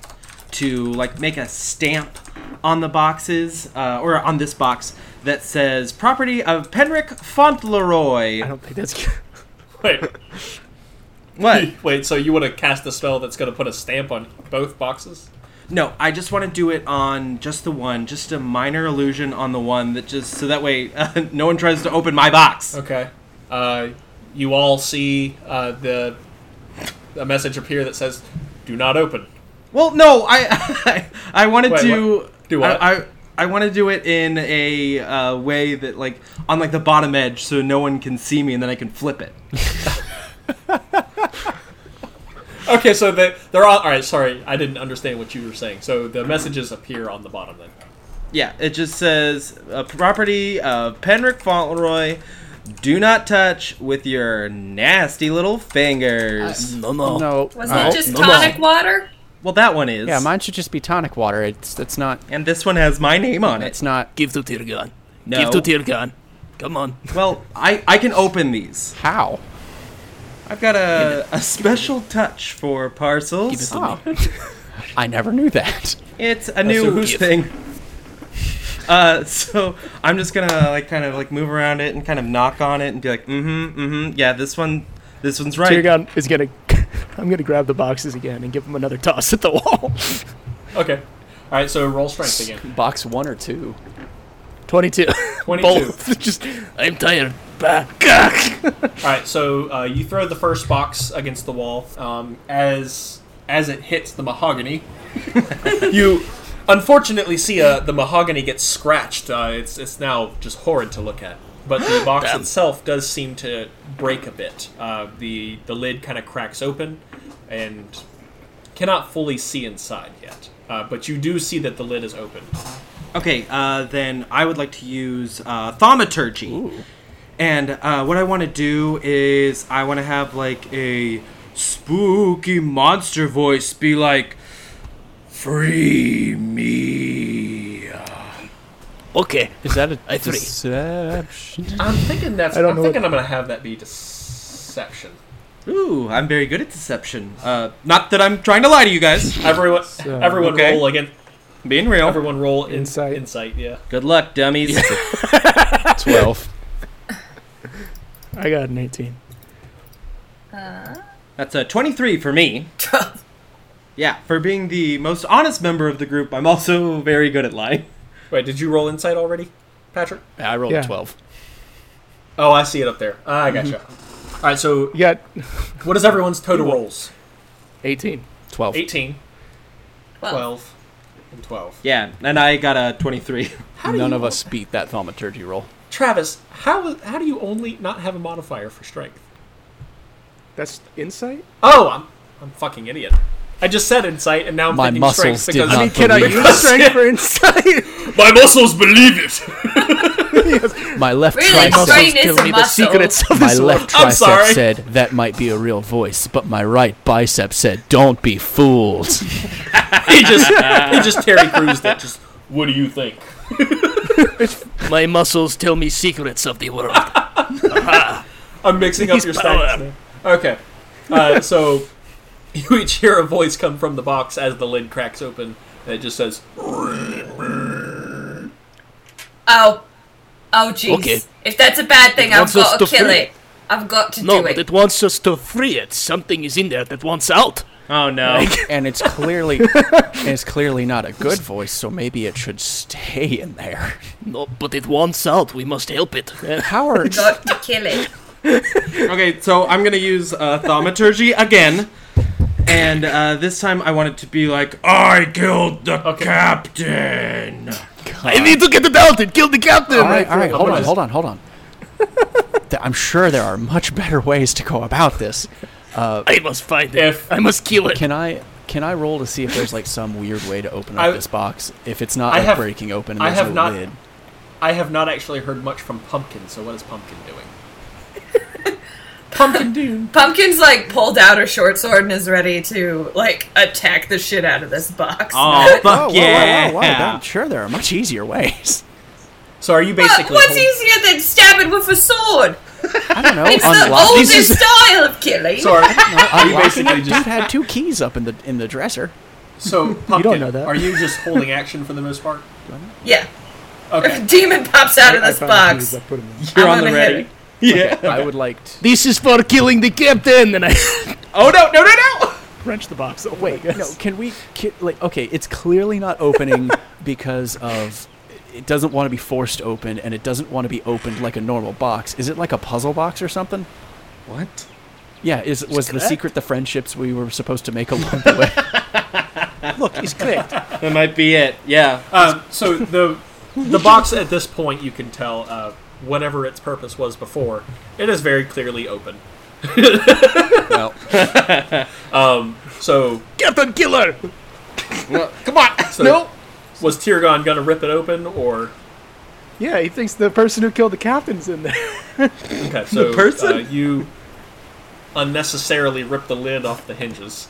Speaker 5: to like make a stamp on the boxes uh, or on this box that says property of Penric
Speaker 8: I
Speaker 5: Fauntleroy.
Speaker 8: don't think that's good.
Speaker 2: Wait,
Speaker 5: What?
Speaker 2: wait. So you want to cast a spell that's going to put a stamp on both boxes?
Speaker 5: No, I just want to do it on just the one, just a minor illusion on the one that just so that way uh, no one tries to open my box.
Speaker 2: Okay. Uh, you all see uh, the a message appear that says, "Do not open."
Speaker 5: Well, no, I I, I wanted
Speaker 2: Wait,
Speaker 5: to
Speaker 2: what? Do what?
Speaker 5: I, I I want to do it in a uh, way that like on like the bottom edge, so no one can see me, and then I can flip it.
Speaker 2: Okay, so they, they're all all right. Sorry, I didn't understand what you were saying. So the messages appear on the bottom then.
Speaker 5: Yeah, it just says a property of Penric Fauntleroy. Do not touch with your nasty little fingers.
Speaker 6: No, no.
Speaker 7: No.
Speaker 4: Wasn't
Speaker 7: Uh,
Speaker 4: it just
Speaker 6: no, no.
Speaker 4: tonic water?
Speaker 5: well, that one is.
Speaker 7: yeah, mine should just be tonic water. It's that's not.
Speaker 5: and this one has my name on it.
Speaker 7: That's not.
Speaker 6: Give to Tiergard.
Speaker 5: No.
Speaker 6: Give to Tiergard. Come on.
Speaker 5: Well, I I can open these.
Speaker 7: How?
Speaker 5: I've got a a special touch for
Speaker 6: Give it
Speaker 5: parcels.
Speaker 6: to me.
Speaker 7: I never knew that.
Speaker 5: It's a new
Speaker 2: so
Speaker 5: who's
Speaker 2: give.
Speaker 5: thing. Uh, so I'm just gonna like kind of like move around it and kind of knock on it and be like, mm-hmm, mm-hmm, yeah, this one, this one's right.
Speaker 8: Tyrgon is gonna. I'm gonna grab the boxes again and give him another toss at the wall.
Speaker 2: Okay. All right, so roll strength again.
Speaker 7: Box one or two.
Speaker 8: Twenty-two.
Speaker 2: 22.
Speaker 8: Both. Just
Speaker 6: I'm tired. Bah.
Speaker 2: All right, so uh, you throw the first box against the wall. Um, as as it hits the mahogany, you unfortunately see uh, the mahogany get scratched. Uh, it's it's now just horrid to look at. But the box itself does seem to break a bit. Uh, the the lid kind of cracks open, and cannot fully see inside yet. Uh, but you do see that the lid is open.
Speaker 5: Okay, uh, then I would like to use uh, thaumaturgy. And uh, what I want to do is I want to have like a spooky monster voice be like, "Free me."
Speaker 6: Okay.
Speaker 7: Is that a
Speaker 6: I three.
Speaker 7: deception?
Speaker 2: I'm thinking that's.
Speaker 8: I don't
Speaker 2: I'm
Speaker 8: know
Speaker 2: thinking I'm gonna have that be deception.
Speaker 5: Ooh, I'm very good at deception. Uh, not that I'm trying to lie to you guys.
Speaker 2: Everyone,
Speaker 8: uh,
Speaker 2: everyone
Speaker 5: okay.
Speaker 2: roll again.
Speaker 5: Being real.
Speaker 2: Everyone roll in,
Speaker 8: Insight.
Speaker 2: insight. Insight, yeah.
Speaker 5: Good luck, dummies.
Speaker 7: Twelve.
Speaker 8: I got an eighteen.
Speaker 5: That's a 23 for me. yeah, for being the most honest member of the group, I'm also very good at lying.
Speaker 2: Wait, did you roll insight already, Patrick?
Speaker 7: I rolled
Speaker 8: Yeah.
Speaker 7: a twelve.
Speaker 2: Oh, I see it up there. Ah, I gotcha. All right, so
Speaker 8: You got
Speaker 2: what is everyone's total rolls?
Speaker 8: eighteen.
Speaker 7: Twelve.
Speaker 2: 18,
Speaker 4: Well,
Speaker 2: 12, and 12.
Speaker 5: Yeah, and I got a 23.
Speaker 7: None of us beat that thaumaturgy roll.
Speaker 2: Travis, how how do you only not have a modifier for strength?
Speaker 8: That's insight.
Speaker 2: Oh, I'm I'm fucking idiot. I just said insight, and now I'm
Speaker 7: My
Speaker 2: thinking
Speaker 7: muscles
Speaker 2: strength
Speaker 7: did
Speaker 2: because
Speaker 7: not
Speaker 8: Can I
Speaker 7: believe.
Speaker 8: use strength for insight?
Speaker 2: my muscles believe it.
Speaker 7: My left
Speaker 4: Really,
Speaker 7: tricep.
Speaker 4: strain is a muscle.
Speaker 8: Secrets of
Speaker 7: My
Speaker 8: this
Speaker 7: left
Speaker 2: I'm
Speaker 7: tricep
Speaker 2: sorry.
Speaker 7: said that might be a real voice, but my right bicep said, "Don't be fooled."
Speaker 2: he just he just Terry Crews it. Just what do you think?
Speaker 6: My muscles tell me secrets of the world.
Speaker 2: I'm mixing up
Speaker 6: He's
Speaker 2: your
Speaker 6: power.
Speaker 2: stats. now. Okay, uh, so you each hear a voice come from the box as the lid cracks open, and it just says,
Speaker 4: Oh, oh, jeez.
Speaker 6: Okay.
Speaker 4: If that's a bad thing,
Speaker 6: It
Speaker 4: I've
Speaker 6: wants us
Speaker 4: got to
Speaker 6: to
Speaker 4: kill
Speaker 6: free.
Speaker 4: it. I've got to
Speaker 6: No,
Speaker 4: do
Speaker 6: but
Speaker 4: it.
Speaker 6: it wants us to free it. Something is in there that wants out.
Speaker 5: Oh no.
Speaker 7: and it's clearly and it's clearly not a good voice, so maybe it should stay in there.
Speaker 6: No, but it wants out. We must help it.
Speaker 7: How are
Speaker 4: got to kill it.
Speaker 5: okay, so I'm gonna use uh, thaumaturgy again, and uh, this time I want it to be like, I killed the captain.
Speaker 6: I need to get it out. It killed the captain.
Speaker 7: all right, all right, hold on,
Speaker 2: Otherwise-
Speaker 7: hold on, hold on. Th- I'm sure there are much better ways to go about this.
Speaker 6: I must find it.
Speaker 2: If-
Speaker 6: I must kill it.
Speaker 7: Can I can I roll to see if there's like some weird way to open up
Speaker 2: I-
Speaker 7: this box? If it's not
Speaker 2: I
Speaker 7: like
Speaker 2: have-
Speaker 7: breaking open, and
Speaker 2: I
Speaker 7: there's
Speaker 2: have
Speaker 7: no
Speaker 2: not-
Speaker 7: lid.
Speaker 2: "I have not actually heard much from Pumpkin. So what is Pumpkin doing?" Pumpkin Dune.
Speaker 4: Pumpkin's like pulled out her short sword and is ready to like attack the shit out of this box. Uh,
Speaker 5: Oh fuck
Speaker 7: Whoa, whoa, whoa,
Speaker 5: yeah!
Speaker 7: whoa, whoa, I'm sure there are much easier ways.
Speaker 2: So are you
Speaker 4: What-
Speaker 2: basically?
Speaker 4: what's
Speaker 2: hold-
Speaker 4: easier than stabbing with a sword?
Speaker 7: I don't know.
Speaker 4: It's the
Speaker 7: unlock-
Speaker 4: oldest
Speaker 7: This is-
Speaker 4: style of killing.
Speaker 2: Sorry.
Speaker 7: Unlocking
Speaker 2: You basically
Speaker 7: it?
Speaker 2: just-
Speaker 7: dude had two keys up in the in the dresser.
Speaker 2: So pumpkin,
Speaker 8: know that.
Speaker 2: are you just holding action for the most part?
Speaker 4: Yeah.
Speaker 2: Okay.
Speaker 4: Demon pops out of
Speaker 8: I
Speaker 4: this
Speaker 8: found the keys,
Speaker 4: box.
Speaker 8: I put 'em in.
Speaker 5: You're
Speaker 4: I'm
Speaker 5: on the
Speaker 4: gonna hit
Speaker 5: ready.
Speaker 4: it.
Speaker 5: Yeah.
Speaker 7: I would like. To,
Speaker 6: This is for killing the captain. And I.
Speaker 5: Oh no no no no!
Speaker 8: Wrench the box. open, I
Speaker 7: wait,
Speaker 8: guess.
Speaker 7: no. Can we? Can, like, okay, it's clearly not opening because of it doesn't want to be forced open, and it doesn't want to be opened like a normal box. Is it like a puzzle box or something?
Speaker 5: What?
Speaker 7: Yeah. Is was the secret the friendships we were supposed to make along the way?
Speaker 8: Look, he's clicked.
Speaker 5: That might be it. Yeah.
Speaker 2: Um, so the the box at this point, you can tell uh, whatever its purpose was before, it is very clearly open.
Speaker 7: well,
Speaker 2: Um, So
Speaker 6: Captain Killer!
Speaker 5: Come on.
Speaker 2: so was Tyrgon gonna rip it open or?
Speaker 8: Yeah, he thinks the person who killed the captain's in there.
Speaker 2: Okay, so
Speaker 5: person?
Speaker 2: Uh, you unnecessarily rip the lid off the hinges.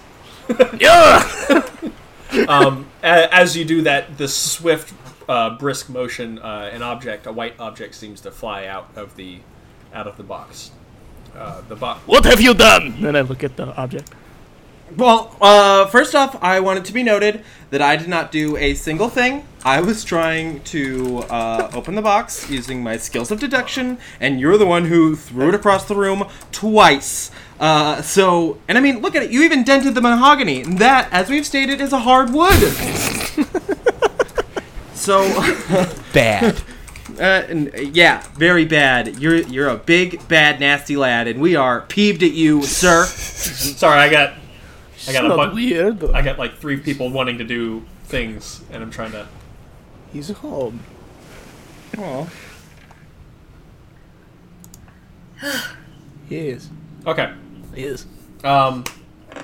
Speaker 2: Um,
Speaker 6: Yeah!
Speaker 2: A- as you do that, this swift, uh, brisk motion, uh, an object, a white object, seems to fly out of the out of the box. Uh, the box.
Speaker 6: What have you done?
Speaker 8: then I look at the object.
Speaker 5: Well, uh, first off, I want it to be noted that I did not do a single thing. I was trying to uh, open the box using my skills of deduction, and you're the one who threw it across the room twice. Uh, so, and I mean, look at it. You even dented the mahogany. and That, as we've stated, is a hard wood. so,
Speaker 7: bad.
Speaker 5: uh, and, uh, yeah, very bad. You're you're a big, bad, nasty lad, and we are peeved at you, sir.
Speaker 2: Sorry, I got. I got a
Speaker 8: Not
Speaker 2: bunch.
Speaker 8: weird.
Speaker 2: I got like three people wanting to do things, and I'm trying to.
Speaker 8: He's home. Yes.
Speaker 2: Okay.
Speaker 6: Yes.
Speaker 2: Um,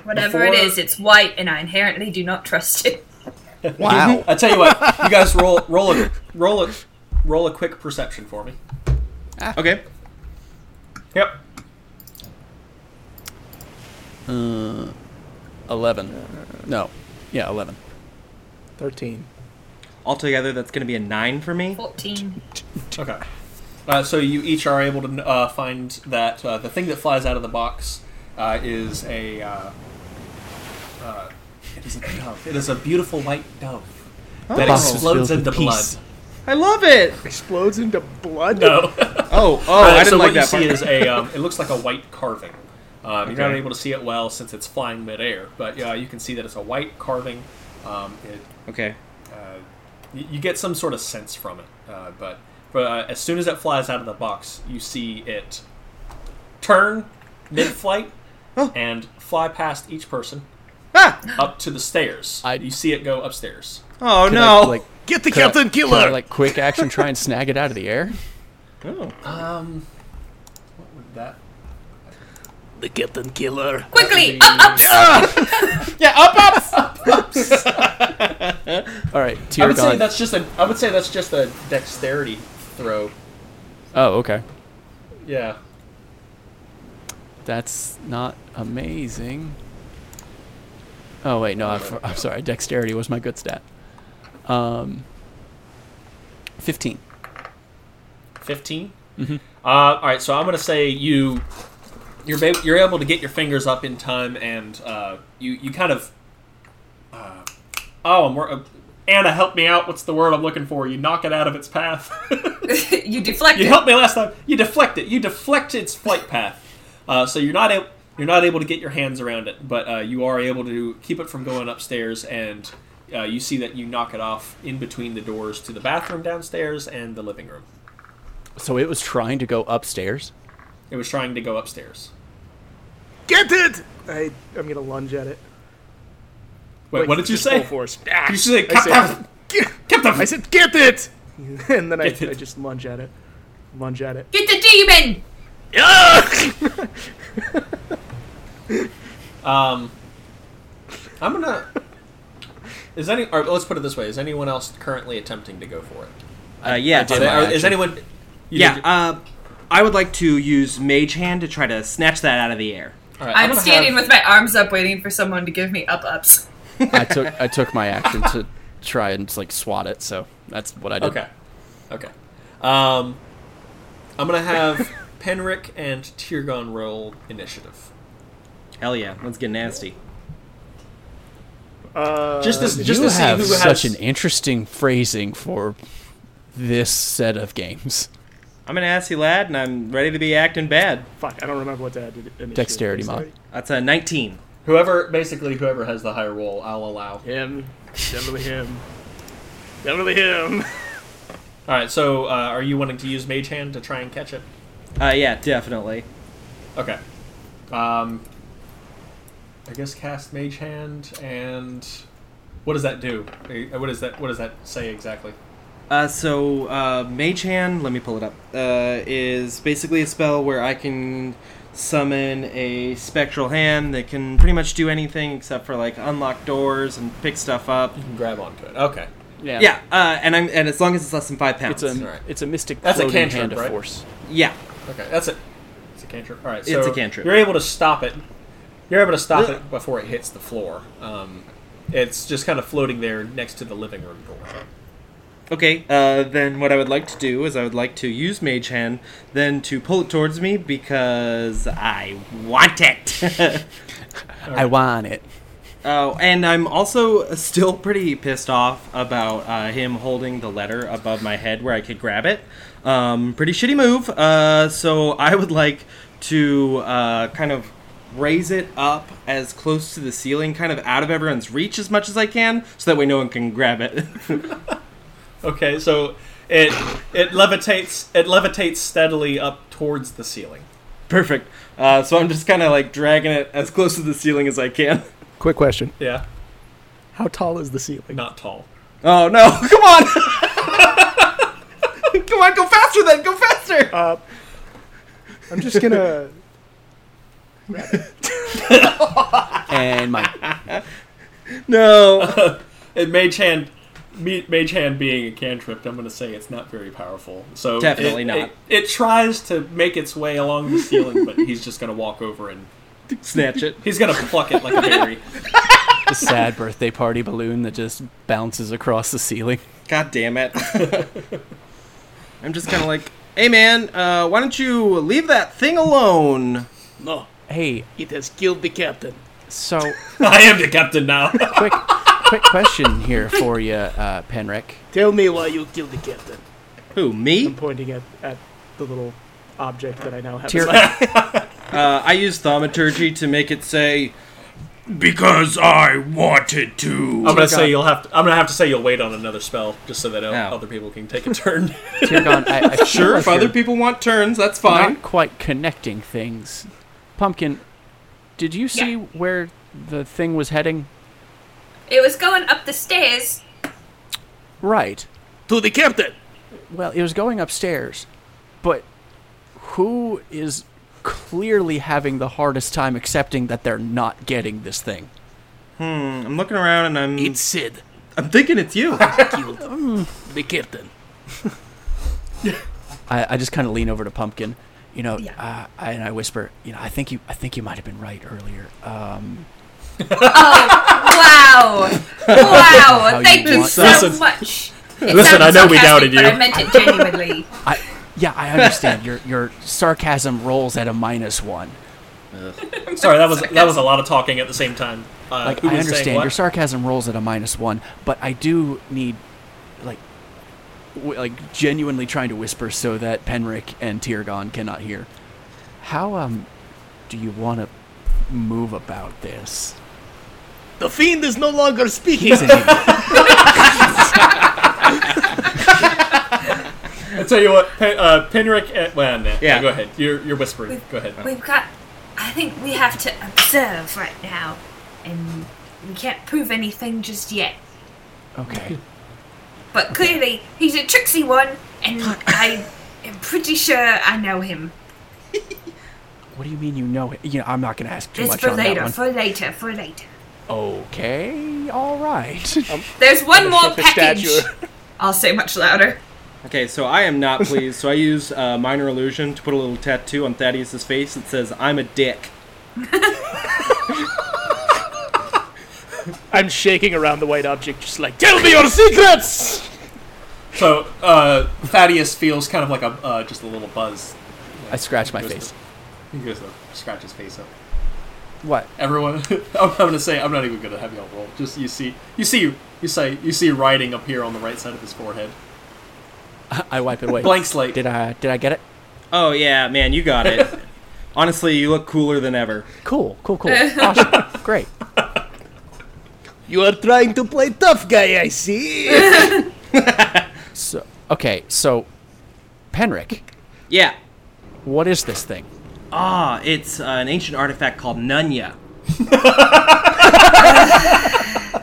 Speaker 4: Whatever it
Speaker 2: Before-
Speaker 4: is, it's white, and I inherently do not trust it.
Speaker 7: Wow.
Speaker 2: I tell you what, you guys roll roll a roll a roll a quick perception for me.
Speaker 5: Okay.
Speaker 2: Yep.
Speaker 7: Eleven. No. Yeah, eleven.
Speaker 8: Thirteen.
Speaker 5: Altogether, that's going to be a nine for me.
Speaker 4: Fourteen.
Speaker 2: Okay. Uh, so you each are able to uh, find that uh, the thing that flies out of the box uh, is a. Uh, uh, it is a dove. It is a beautiful white dove that
Speaker 7: Oh. box is
Speaker 2: explodes
Speaker 7: filled
Speaker 2: into
Speaker 7: with
Speaker 2: blood.
Speaker 7: peace.
Speaker 5: I love it.
Speaker 8: Explodes into blood.
Speaker 2: No.
Speaker 5: Oh, oh,
Speaker 2: Uh,
Speaker 5: I didn't
Speaker 2: so
Speaker 5: like
Speaker 2: what you
Speaker 5: that
Speaker 2: see
Speaker 5: part.
Speaker 2: is a. Um, it looks like a white carving. Um, You're not
Speaker 5: Okay.
Speaker 2: able to see it well since it's flying midair, but uh, you can see that it's a white carving. Um, it,
Speaker 5: okay.
Speaker 2: uh, you, you get some sort of sense from it, uh, but but uh, as soon as it flies out of the box, you see it turn mid-flight and fly past each person. up to the stairs. you see it go upstairs.
Speaker 5: Oh
Speaker 7: Could
Speaker 5: no!
Speaker 7: I, like,
Speaker 6: Get the
Speaker 7: could I-
Speaker 6: Captain
Speaker 7: could I,
Speaker 6: Killer!
Speaker 7: like quick action, try and snag it out of the air.
Speaker 5: oh.
Speaker 2: Um, what would that?
Speaker 6: The Captain Killer.
Speaker 4: Quickly, up, up.
Speaker 5: Yeah, up, up.
Speaker 7: All right,
Speaker 2: I
Speaker 7: tear
Speaker 2: would say
Speaker 7: gone.
Speaker 2: that's just a. I would say that's just a dexterity throw.
Speaker 7: Oh, okay.
Speaker 2: Yeah.
Speaker 7: That's not amazing. Oh wait, no, I'm, I'm sorry. Dexterity was my good stat. Um, fifteen.
Speaker 2: 15 uh, all right so i'm going to say you you're, ba- you're able to get your fingers up in time and uh, you you kind of uh, oh I'm wor- uh, anna help me out what's the word i'm looking for you knock it out of its path
Speaker 4: you deflect
Speaker 2: you
Speaker 4: it.
Speaker 2: helped me last time you deflect it you deflect its flight path uh, so you're not able you're not able to get your hands around it, but uh, you are able to keep it from going upstairs, and uh, you see that you knock it off in between the doors to the bathroom downstairs and the living room.
Speaker 7: So it was trying to go upstairs.
Speaker 2: It was trying to go upstairs.
Speaker 6: Get it!
Speaker 8: I, I'm gonna lunge at it.
Speaker 2: Wait,
Speaker 8: Like,
Speaker 2: what did you
Speaker 8: just
Speaker 2: say?
Speaker 8: Full force. Ah,
Speaker 2: You say
Speaker 8: I said-
Speaker 2: Captain. Captain.
Speaker 8: I said, "Get it!" and then I,
Speaker 2: Get it.
Speaker 8: I just lunge at it. Lunge at it.
Speaker 4: Get the demon.
Speaker 2: Um, I'm gonna. Is any? Or let's put it this way: Is anyone else currently attempting to go for it?
Speaker 5: Uh, yeah,
Speaker 2: Are
Speaker 7: did
Speaker 2: they-
Speaker 7: my
Speaker 2: are- is
Speaker 7: action.
Speaker 2: anyone? you
Speaker 5: yeah.
Speaker 2: did-
Speaker 5: Uh, I would like to use Mage Hand to try to snatch that out of the air.
Speaker 2: all right,
Speaker 4: I'm
Speaker 2: gonna
Speaker 4: standing
Speaker 2: have-
Speaker 4: with my arms up, waiting for someone to give me up ups.
Speaker 7: I took I took my action to try and like swat it. So that's what I did.
Speaker 2: Okay. Okay. Um, I'm gonna have Penric and Tyrgon roll initiative.
Speaker 5: Hell yeah, let's get nasty.
Speaker 8: Uh,
Speaker 2: Just this. Just
Speaker 7: you
Speaker 2: to see
Speaker 7: have
Speaker 2: who has.
Speaker 7: such an interesting phrasing for this set of games.
Speaker 5: I'm a nasty lad, and I'm ready to be acting bad.
Speaker 8: fuck. I don't remember what that did.
Speaker 7: Dexterity mod.
Speaker 5: That's a 19.
Speaker 2: whoever basically whoever has the higher roll, I'll allow.
Speaker 8: Him. Definitely him. Definitely him.
Speaker 2: All right. So, uh, are you wanting to use Mage Hand to try and catch it?
Speaker 5: Uh, yeah, definitely.
Speaker 2: Okay. Um, I guess cast Mage Hand and what does that do? Eh, What does that What does that say exactly?
Speaker 5: Uh, so uh, Mage Hand, let me pull it up. Uh, is basically a spell where I can summon a spectral hand that can pretty much do anything except for like unlock doors and pick stuff up.
Speaker 2: Grab onto it. Okay.
Speaker 5: Yeah, uh, and I'm and as long as it's less than five pounds.
Speaker 7: It's a
Speaker 2: Alright.
Speaker 7: it's a mystic
Speaker 2: That's a
Speaker 7: floating
Speaker 2: cantrip,
Speaker 7: hand of
Speaker 2: right?
Speaker 7: force.
Speaker 5: yeah.
Speaker 2: Okay. That's it. It's a cantrip. All right. So
Speaker 5: It's a cantrip.
Speaker 2: You're able to stop it. You're able to stop
Speaker 5: Ugh.
Speaker 2: it before it hits the floor. Um, it's just kind of floating there next to the living room door.
Speaker 5: Okay, uh, then what I would like to do is I would like to use Mage Hand, then to pull it towards me because I want it.
Speaker 7: I want it.
Speaker 5: Oh, and I'm also still pretty pissed off about uh, him holding the letter above my head where I could grab it. Um, pretty shitty move. Uh, so I would like to uh, kind of raise it up as close to the ceiling, kind of out of everyone's reach as much as I can, so that way no one can grab it.
Speaker 2: Okay. So it it levitates it levitates steadily up towards the ceiling.
Speaker 5: Perfect. Uh, so I'm just kind of like dragging it as close to the ceiling as I can.
Speaker 8: Quick question.
Speaker 2: Yeah.
Speaker 8: How tall is the ceiling?
Speaker 2: Not tall.
Speaker 5: Oh no! Come on! Come on! Go faster then! Go faster!
Speaker 8: Uh, I'm just gonna.
Speaker 7: And my
Speaker 5: No.
Speaker 2: And mage hand, me- mage hand being a cantrip, I'm going to say it's not very powerful. So
Speaker 5: Definitely
Speaker 2: it-
Speaker 5: not.
Speaker 2: It, it tries to make its way along the ceiling, but he's just going to walk over and
Speaker 5: Snatch it.
Speaker 2: he's going to pluck it like a berry.
Speaker 7: the sad birthday party balloon that just bounces across the ceiling.
Speaker 5: God damn it. I'm just kind of like, hey man, uh, why don't you leave that thing alone?
Speaker 6: No,
Speaker 7: Hey,
Speaker 6: it has killed the captain.
Speaker 7: so
Speaker 2: I am the captain now.
Speaker 4: Oh
Speaker 7: quick quick question here for you, uh, Penric.
Speaker 6: Tell me why you killed the captain.
Speaker 5: Who,
Speaker 8: I'm
Speaker 5: me?
Speaker 8: pointing at, at the little object that I now have.
Speaker 7: Tyr-
Speaker 5: Uh, I use thaumaturgy to make it say,
Speaker 9: Because I wanted to.
Speaker 5: Oh,
Speaker 2: I'm going to say Oh you'll have. To, I'm going to have to say you'll wait on another spell just so that o-
Speaker 5: Ow.
Speaker 2: other people can take a turn.
Speaker 7: Tyrgon, I, I feel
Speaker 5: sure, Uh-huh.
Speaker 7: like
Speaker 5: if other
Speaker 7: you're
Speaker 5: people want turns, that's
Speaker 7: not
Speaker 5: fine.
Speaker 7: quite connecting things. Pumpkin, did you see where the thing was heading?
Speaker 4: It was going up the stairs.
Speaker 7: Right.
Speaker 6: To the captain.
Speaker 7: Well, it was going upstairs, but who is clearly having the hardest time accepting that they're not getting this thing?
Speaker 5: Hmm. I'm looking around and I'm.
Speaker 6: It's Sid.
Speaker 5: I'm thinking it's you.
Speaker 6: Killed the captain.
Speaker 7: I, I just kind of lean over to Pumpkin, you know, uh, I, and I whisper, you know, I think you, I think you might have been right earlier. Um,
Speaker 4: Oh, wow.
Speaker 7: How
Speaker 4: Wow.
Speaker 7: you
Speaker 4: Thank you
Speaker 7: want-
Speaker 4: so
Speaker 2: Listen.
Speaker 4: much. It
Speaker 2: Listen, I
Speaker 4: sounded
Speaker 2: know we
Speaker 4: sarcastic,
Speaker 2: doubted
Speaker 4: but
Speaker 2: you.
Speaker 4: I meant it genuinely.
Speaker 7: I, yeah, I understand. your your sarcasm rolls at a minus one.
Speaker 2: Sorry, that was that was a lot of talking at the same time. Uh,
Speaker 7: Like
Speaker 2: who
Speaker 7: I
Speaker 2: was saying
Speaker 7: understand
Speaker 2: what?
Speaker 7: your sarcasm rolls at a minus one, but I do need, like, w- like genuinely trying to whisper so that Penric and Tyrgon cannot hear. How um, do you want to move about this?
Speaker 6: The fiend is no longer speaking.
Speaker 7: He's an idiot.
Speaker 2: I tell you what, Pen, uh, Penric. And, well, nah,
Speaker 5: Yeah.
Speaker 2: go ahead. You're you're whispering. Go ahead.
Speaker 10: We've got. I think we have to observe right now, and we can't prove anything just yet.
Speaker 7: Okay.
Speaker 10: But clearly, he's a tricksy one, and I am pretty sure I know him.
Speaker 7: What do you mean you know it? You know, I'm not going to ask too
Speaker 10: It's
Speaker 7: much
Speaker 10: for
Speaker 7: on
Speaker 10: later,
Speaker 7: that one.
Speaker 10: for later, for later.
Speaker 7: Okay, all right. Um,
Speaker 4: There's one more
Speaker 8: shake the
Speaker 4: package.
Speaker 8: statue.
Speaker 4: I'll say much louder.
Speaker 5: Okay, so I am not pleased. so I use uh, minor illusion to put a little tattoo on Thaddeus's face that says "I'm a dick."
Speaker 8: I'm shaking around the white object, just like, tell me your secrets!
Speaker 2: So uh, Thaddeus feels kind of like a uh, just a little buzz.
Speaker 7: I scratch my
Speaker 2: Goes
Speaker 7: face.
Speaker 2: to- he goes to scratch his face up.
Speaker 7: What?
Speaker 2: Everyone, I'm, I'm gonna say I'm not even gonna have y'all roll. Just you see, you see, you say, you see writing up here on the right side of his forehead.
Speaker 7: I wipe it away.
Speaker 2: Blank slate.
Speaker 7: Did I did I get it?
Speaker 5: Oh yeah, man, you got it. Honestly, you look cooler than ever.
Speaker 7: Cool, cool, cool. Awesome. Great.
Speaker 8: You are trying to play tough guy, I see.
Speaker 7: So okay, so Penric,
Speaker 5: Yeah.
Speaker 7: what is this thing?
Speaker 5: Ah, it's uh, an ancient artifact called Nunya.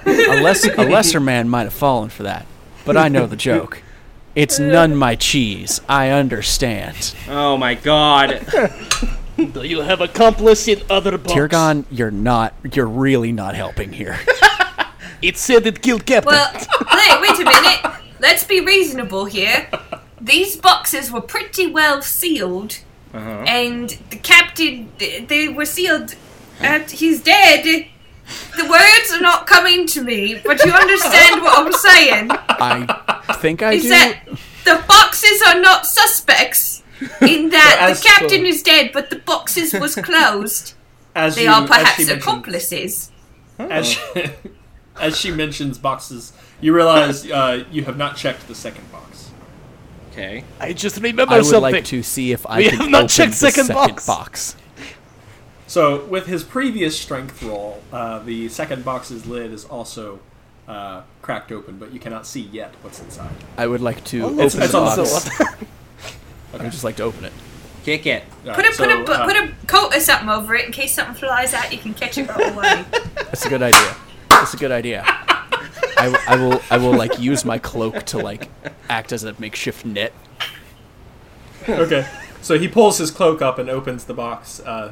Speaker 7: A, less, a lesser man might have fallen for that, but I know the joke. It's none my cheese. I understand.
Speaker 5: Oh my god.
Speaker 6: Do you have accomplice in other box?
Speaker 7: Tyrgon, you're not. You're really not helping here.
Speaker 6: It said it killed captain.
Speaker 4: Well, hey, wait a minute. Let's be reasonable here. These boxes were pretty well sealed,
Speaker 2: Uh-huh.
Speaker 4: and the captain, they- they were sealed. And he's dead. The words are not coming to me, but you understand what I'm saying.
Speaker 7: I think I
Speaker 4: Is
Speaker 7: do.
Speaker 4: that the boxes are not suspects? In that
Speaker 2: as
Speaker 4: the captain is dead, but the boxes was closed.
Speaker 2: As
Speaker 4: They
Speaker 2: you-
Speaker 4: are
Speaker 2: as she
Speaker 4: perhaps
Speaker 2: mentioned-
Speaker 4: accomplices.
Speaker 2: As she, as she mentions boxes, you realize uh, you have not checked the second box.
Speaker 5: Okay.
Speaker 6: I just remember
Speaker 7: I would
Speaker 6: something.
Speaker 7: like to see if I
Speaker 6: We
Speaker 7: can
Speaker 6: have not
Speaker 7: open
Speaker 6: checked
Speaker 7: the
Speaker 6: second
Speaker 7: second
Speaker 6: box.
Speaker 2: So, with his previous strength roll, uh, the second box's lid is also uh, cracked open, but you cannot see yet what's inside.
Speaker 7: I would like
Speaker 6: Oh,
Speaker 7: to
Speaker 8: let's
Speaker 7: open the
Speaker 2: it's on
Speaker 7: box.
Speaker 2: the
Speaker 7: I would just like to open it.
Speaker 5: Kick it.
Speaker 2: Uh,
Speaker 4: Put a
Speaker 2: so,
Speaker 4: put a bu-
Speaker 2: uh,
Speaker 4: put a coat or something over it in case something flies out. You can catch it right away.
Speaker 7: That's a good idea. That's a good idea. I, w- I will I will like use my cloak to like act as a makeshift net.
Speaker 2: Okay. So he pulls his cloak up and opens the box. Uh,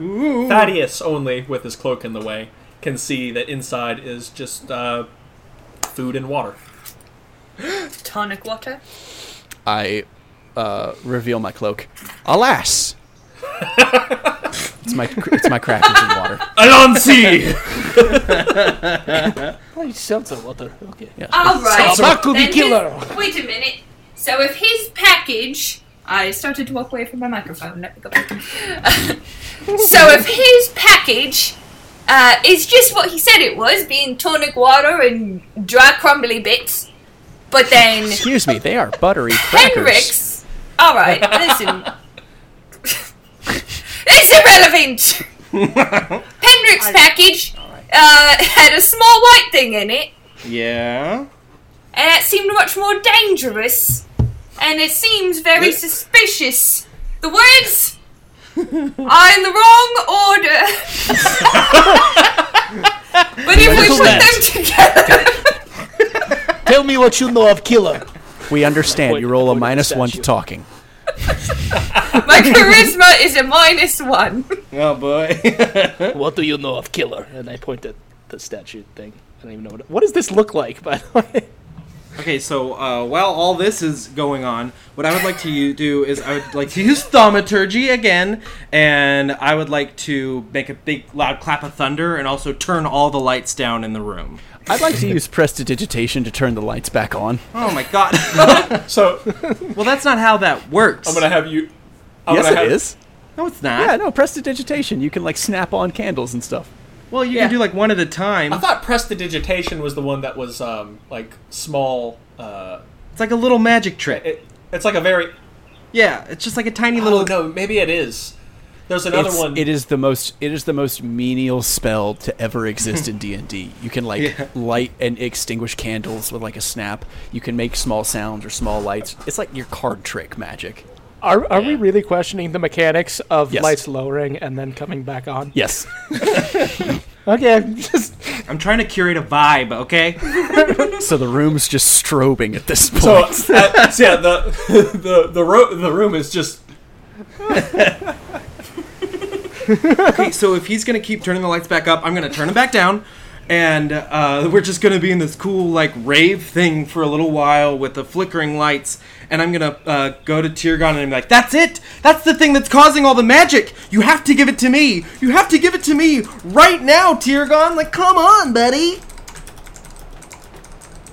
Speaker 2: Thaddeus, only with his cloak in the way, can see that inside is just uh, food and water.
Speaker 4: Tonic water.
Speaker 7: I uh, reveal my cloak. Alas, it's my it's my crack engine water.
Speaker 2: Alonsi!
Speaker 8: oh, seltzer water. Okay.
Speaker 4: All right.
Speaker 6: Back to the
Speaker 4: then
Speaker 6: killer.
Speaker 4: his- wait a minute. So if his package, I started to walk away from my microphone. Let me go back. so if his package uh, is just what he said it was, being tonic water and dry crumbly bits, but then
Speaker 7: Excuse me, they are buttery crackers.
Speaker 4: Henrik's. All right, listen. it's irrelevant. Penrick's package uh, had a small white thing in it,
Speaker 5: Yeah.
Speaker 4: and it seemed much more dangerous, and it seems very suspicious. The words are in the wrong order. But if we put them together,
Speaker 11: Tell me what you know of Killer.
Speaker 7: We understand. You roll a minus one to talking.
Speaker 4: my charisma is a minus one.
Speaker 5: Oh boy.
Speaker 6: what do you know of killer? And I point at the statue thing. I don't even know what. It, what does this look like? By the way,
Speaker 5: Okay, so uh, while all this is going on, what I would like to u- do is I would like to use thaumaturgy again, and I would like to make a big loud clap of thunder and also turn all the lights down in the room.
Speaker 7: I'd like to use prestidigitation to turn the lights back on.
Speaker 5: Oh my god.
Speaker 2: so,
Speaker 5: well, that's not how that works.
Speaker 2: I'm gonna have you.
Speaker 7: yes,
Speaker 2: gonna
Speaker 7: it
Speaker 2: have-
Speaker 7: is.
Speaker 5: No, it's not.
Speaker 7: Yeah, no, prestidigitation. You can like snap on candles and stuff.
Speaker 5: Well, you
Speaker 2: Yeah.
Speaker 5: can do like one at a time.
Speaker 2: I thought prestidigitation was the one that was um, like small. Uh,
Speaker 5: It's like a little magic trick.
Speaker 2: it, it's like a very.
Speaker 5: yeah, it's just like a tiny
Speaker 2: Oh
Speaker 5: little.
Speaker 2: no, maybe it is. There's another
Speaker 7: It's-
Speaker 2: one.
Speaker 7: It is the most. It is the most menial spell to ever exist in D and D. You can like
Speaker 5: Yeah.
Speaker 7: light and extinguish candles with like a snap. You can make small sounds or small lights. It's like your card trick magic.
Speaker 8: Are, are we really questioning the mechanics of
Speaker 7: Yes.
Speaker 8: lights lowering and then coming back on?
Speaker 7: Yes.
Speaker 8: Okay, I'm just
Speaker 5: I'm trying to curate a vibe, okay?
Speaker 7: so the room's just strobing at this point.
Speaker 2: so, uh, so yeah, the the the, ro- the room is just
Speaker 5: okay, so if he's gonna keep turning the lights back up, I'm gonna turn them back down, and uh, we're just gonna be in this cool like rave thing for a little while with the flickering lights. And I'm gonna uh, go to Tyrgon and I'm like, "That's it! That's the thing that's causing all the magic! You have to give it to me! You have to give it to me right now, Tyrgon! Like, come on, buddy!"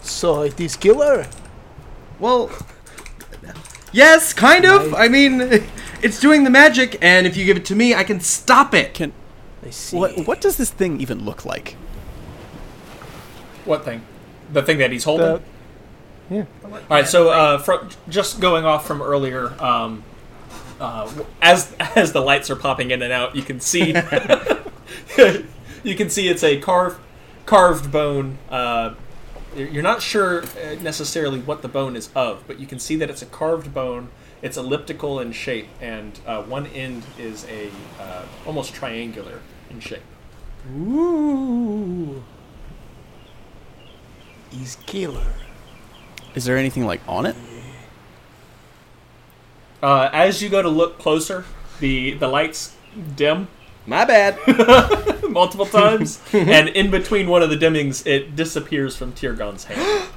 Speaker 11: So it is Killer.
Speaker 5: Well, yes, kind of. I mean, it's doing the magic, and if you give it to me, I can stop it.
Speaker 7: Can-
Speaker 6: I see.
Speaker 7: what, what does this thing even look like?
Speaker 2: what thing? The thing that he's holding.
Speaker 8: The- yeah.
Speaker 2: All right. So, uh, fro- just going off from earlier, um, uh, w- as as the lights are popping in and out, you can see you can see it's a carved carved bone. Uh, you're you're not sure uh, necessarily what the bone is of, but you can see that it's a carved bone. It's elliptical in shape, and uh, one end is a uh, almost triangular in shape.
Speaker 11: Ooh. Is Killer.
Speaker 7: Is there anything like on it?
Speaker 2: Uh, as you go to look closer, the the lights dim
Speaker 5: My bad.
Speaker 2: multiple times, and in between one of the dimmings, it disappears from Tyrgon's hand.